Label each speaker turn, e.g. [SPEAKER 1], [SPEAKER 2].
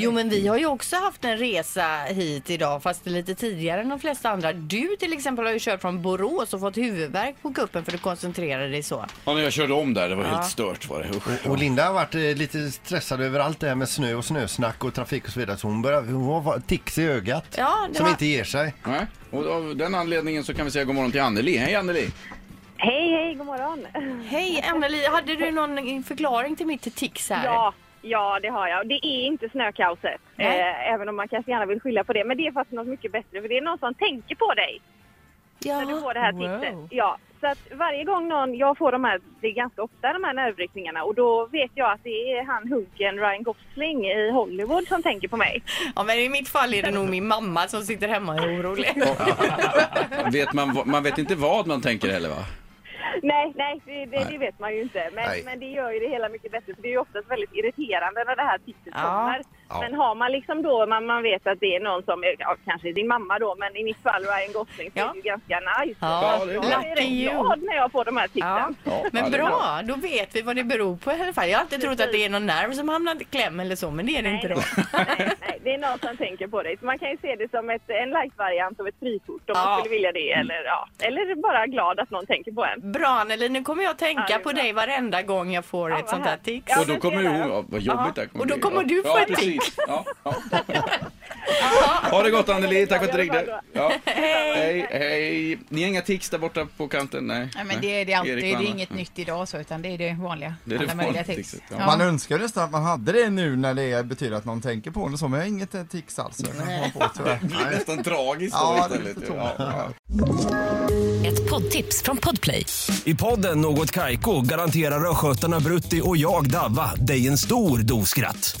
[SPEAKER 1] Jo men vi har ju också haft en resa hit idag fast lite tidigare än de flesta andra. Du till exempel har ju kört från Borås och fått huvudvärk på kuppen för att du koncentrerade dig så.
[SPEAKER 2] Ja, när jag körde om där, det var helt stört var det. Usch.
[SPEAKER 3] Och Linda har varit eh, lite stressad över allt det här med snö och snösnack och trafik och så vidare. Så hon, börjar, hon har tics i ögat
[SPEAKER 1] Ja, det
[SPEAKER 3] som
[SPEAKER 1] var-
[SPEAKER 3] inte ger sig.
[SPEAKER 2] Nej, och av den anledningen så kan vi säga god morgon till Anneli. Hej Anneli!
[SPEAKER 4] Hej, hej, god morgon.
[SPEAKER 1] Hej Anneli, hade du någon förklaring till mitt tics här?
[SPEAKER 4] Ja, ja, det har jag. Och Det är inte snökaoset,
[SPEAKER 1] Nej.
[SPEAKER 4] eh, även om man kanske gärna vill skylla på det. Men det är faktiskt något mycket bättre, för det är någon som tänker på dig
[SPEAKER 1] ja.
[SPEAKER 4] när du får det här tipset.
[SPEAKER 1] Wow.
[SPEAKER 4] Ja, så att varje gång någon, jag får de här, det är ganska ofta de här nervryckningarna, och då vet jag att det är han huggen Ryan Gosling i Hollywood som tänker på mig.
[SPEAKER 1] Ja men i mitt fall är det nog min mamma som sitter hemma och är orolig.
[SPEAKER 2] Vet man, va- man vet inte vad man tänker heller va?
[SPEAKER 4] Nej, nej, det, det, det vet man ju inte.
[SPEAKER 3] Nej.
[SPEAKER 4] Men, men det gör ju det hela mycket bättre. För det är ju oftast väldigt irriterande när det här tipset
[SPEAKER 1] Ja.
[SPEAKER 4] kommer.
[SPEAKER 3] Ja.
[SPEAKER 4] Men har man liksom då, man, man vet att det är någon som, är- ja, kanske din mamma då, men i mitt fall Ryan Gosling, så
[SPEAKER 1] Ja.
[SPEAKER 4] är det ju ganska nice.
[SPEAKER 1] Ja,
[SPEAKER 2] det är
[SPEAKER 4] jag
[SPEAKER 2] bra.
[SPEAKER 4] är rätt
[SPEAKER 1] Lucky you.
[SPEAKER 4] glad när jag får de här
[SPEAKER 1] Ja.
[SPEAKER 4] tipsen.
[SPEAKER 2] Ja,
[SPEAKER 1] Men
[SPEAKER 2] det är
[SPEAKER 1] bra, då vet vi vad det beror på i alla fall. Jag har alltid trott att det är någon nerv som hamnat i kläm eller så men det är det
[SPEAKER 4] Nej,
[SPEAKER 1] inte då.
[SPEAKER 4] nej, nej, nej, det är någon som tänker på dig. Så man kan ju se det som ett, en light-variant av ett frikort
[SPEAKER 1] Ja.
[SPEAKER 4] om man skulle vilja det. Eller, ja. eller bara glad att någon tänker på en.
[SPEAKER 1] Bra Anneli, nu kommer jag att tänka
[SPEAKER 4] Ja, det är
[SPEAKER 1] på
[SPEAKER 4] bra.
[SPEAKER 1] dig varenda gång jag får
[SPEAKER 4] Ja,
[SPEAKER 1] ett
[SPEAKER 4] vad
[SPEAKER 1] sånt här
[SPEAKER 4] härligt.
[SPEAKER 1] tics.
[SPEAKER 4] Ja,
[SPEAKER 2] Och då
[SPEAKER 4] men
[SPEAKER 2] kommer
[SPEAKER 4] det
[SPEAKER 2] ju,
[SPEAKER 4] är det.
[SPEAKER 2] ja, vad
[SPEAKER 1] Ja,
[SPEAKER 2] jobbigt det här kommer
[SPEAKER 1] och då
[SPEAKER 2] bli.
[SPEAKER 1] kommer
[SPEAKER 2] Ja.
[SPEAKER 1] du få
[SPEAKER 2] ja,
[SPEAKER 1] ett
[SPEAKER 2] precis. Ja, ja. Ha det gott Anneli, tack för att du ringde. Ja. Hej, hej. Ni har inga tics där borta på kanten? Nej.
[SPEAKER 5] Nej, men det är det
[SPEAKER 2] Erik
[SPEAKER 5] alltid. Det är
[SPEAKER 2] Manna.
[SPEAKER 5] inget nytt idag så, utan det är det vanliga.
[SPEAKER 2] Det är det
[SPEAKER 5] Alla möjliga
[SPEAKER 2] vanliga
[SPEAKER 5] tics.
[SPEAKER 2] tipset, ja.
[SPEAKER 6] Man önskar nästan att man hade det nu när det betyder att någon tänker på en och så, men jag har inget eh, tics alls. Jag kan komma på, tyvärr.
[SPEAKER 2] Det blir nästan tragiskt då
[SPEAKER 6] Ja, det är
[SPEAKER 2] istället.
[SPEAKER 6] lite
[SPEAKER 2] Ja, ja.
[SPEAKER 7] Ett poddtips från Podplay.
[SPEAKER 8] I podden Något Kaiko garanterar östgötarna Brutti och jag, Davva, dig en stor dos skratt.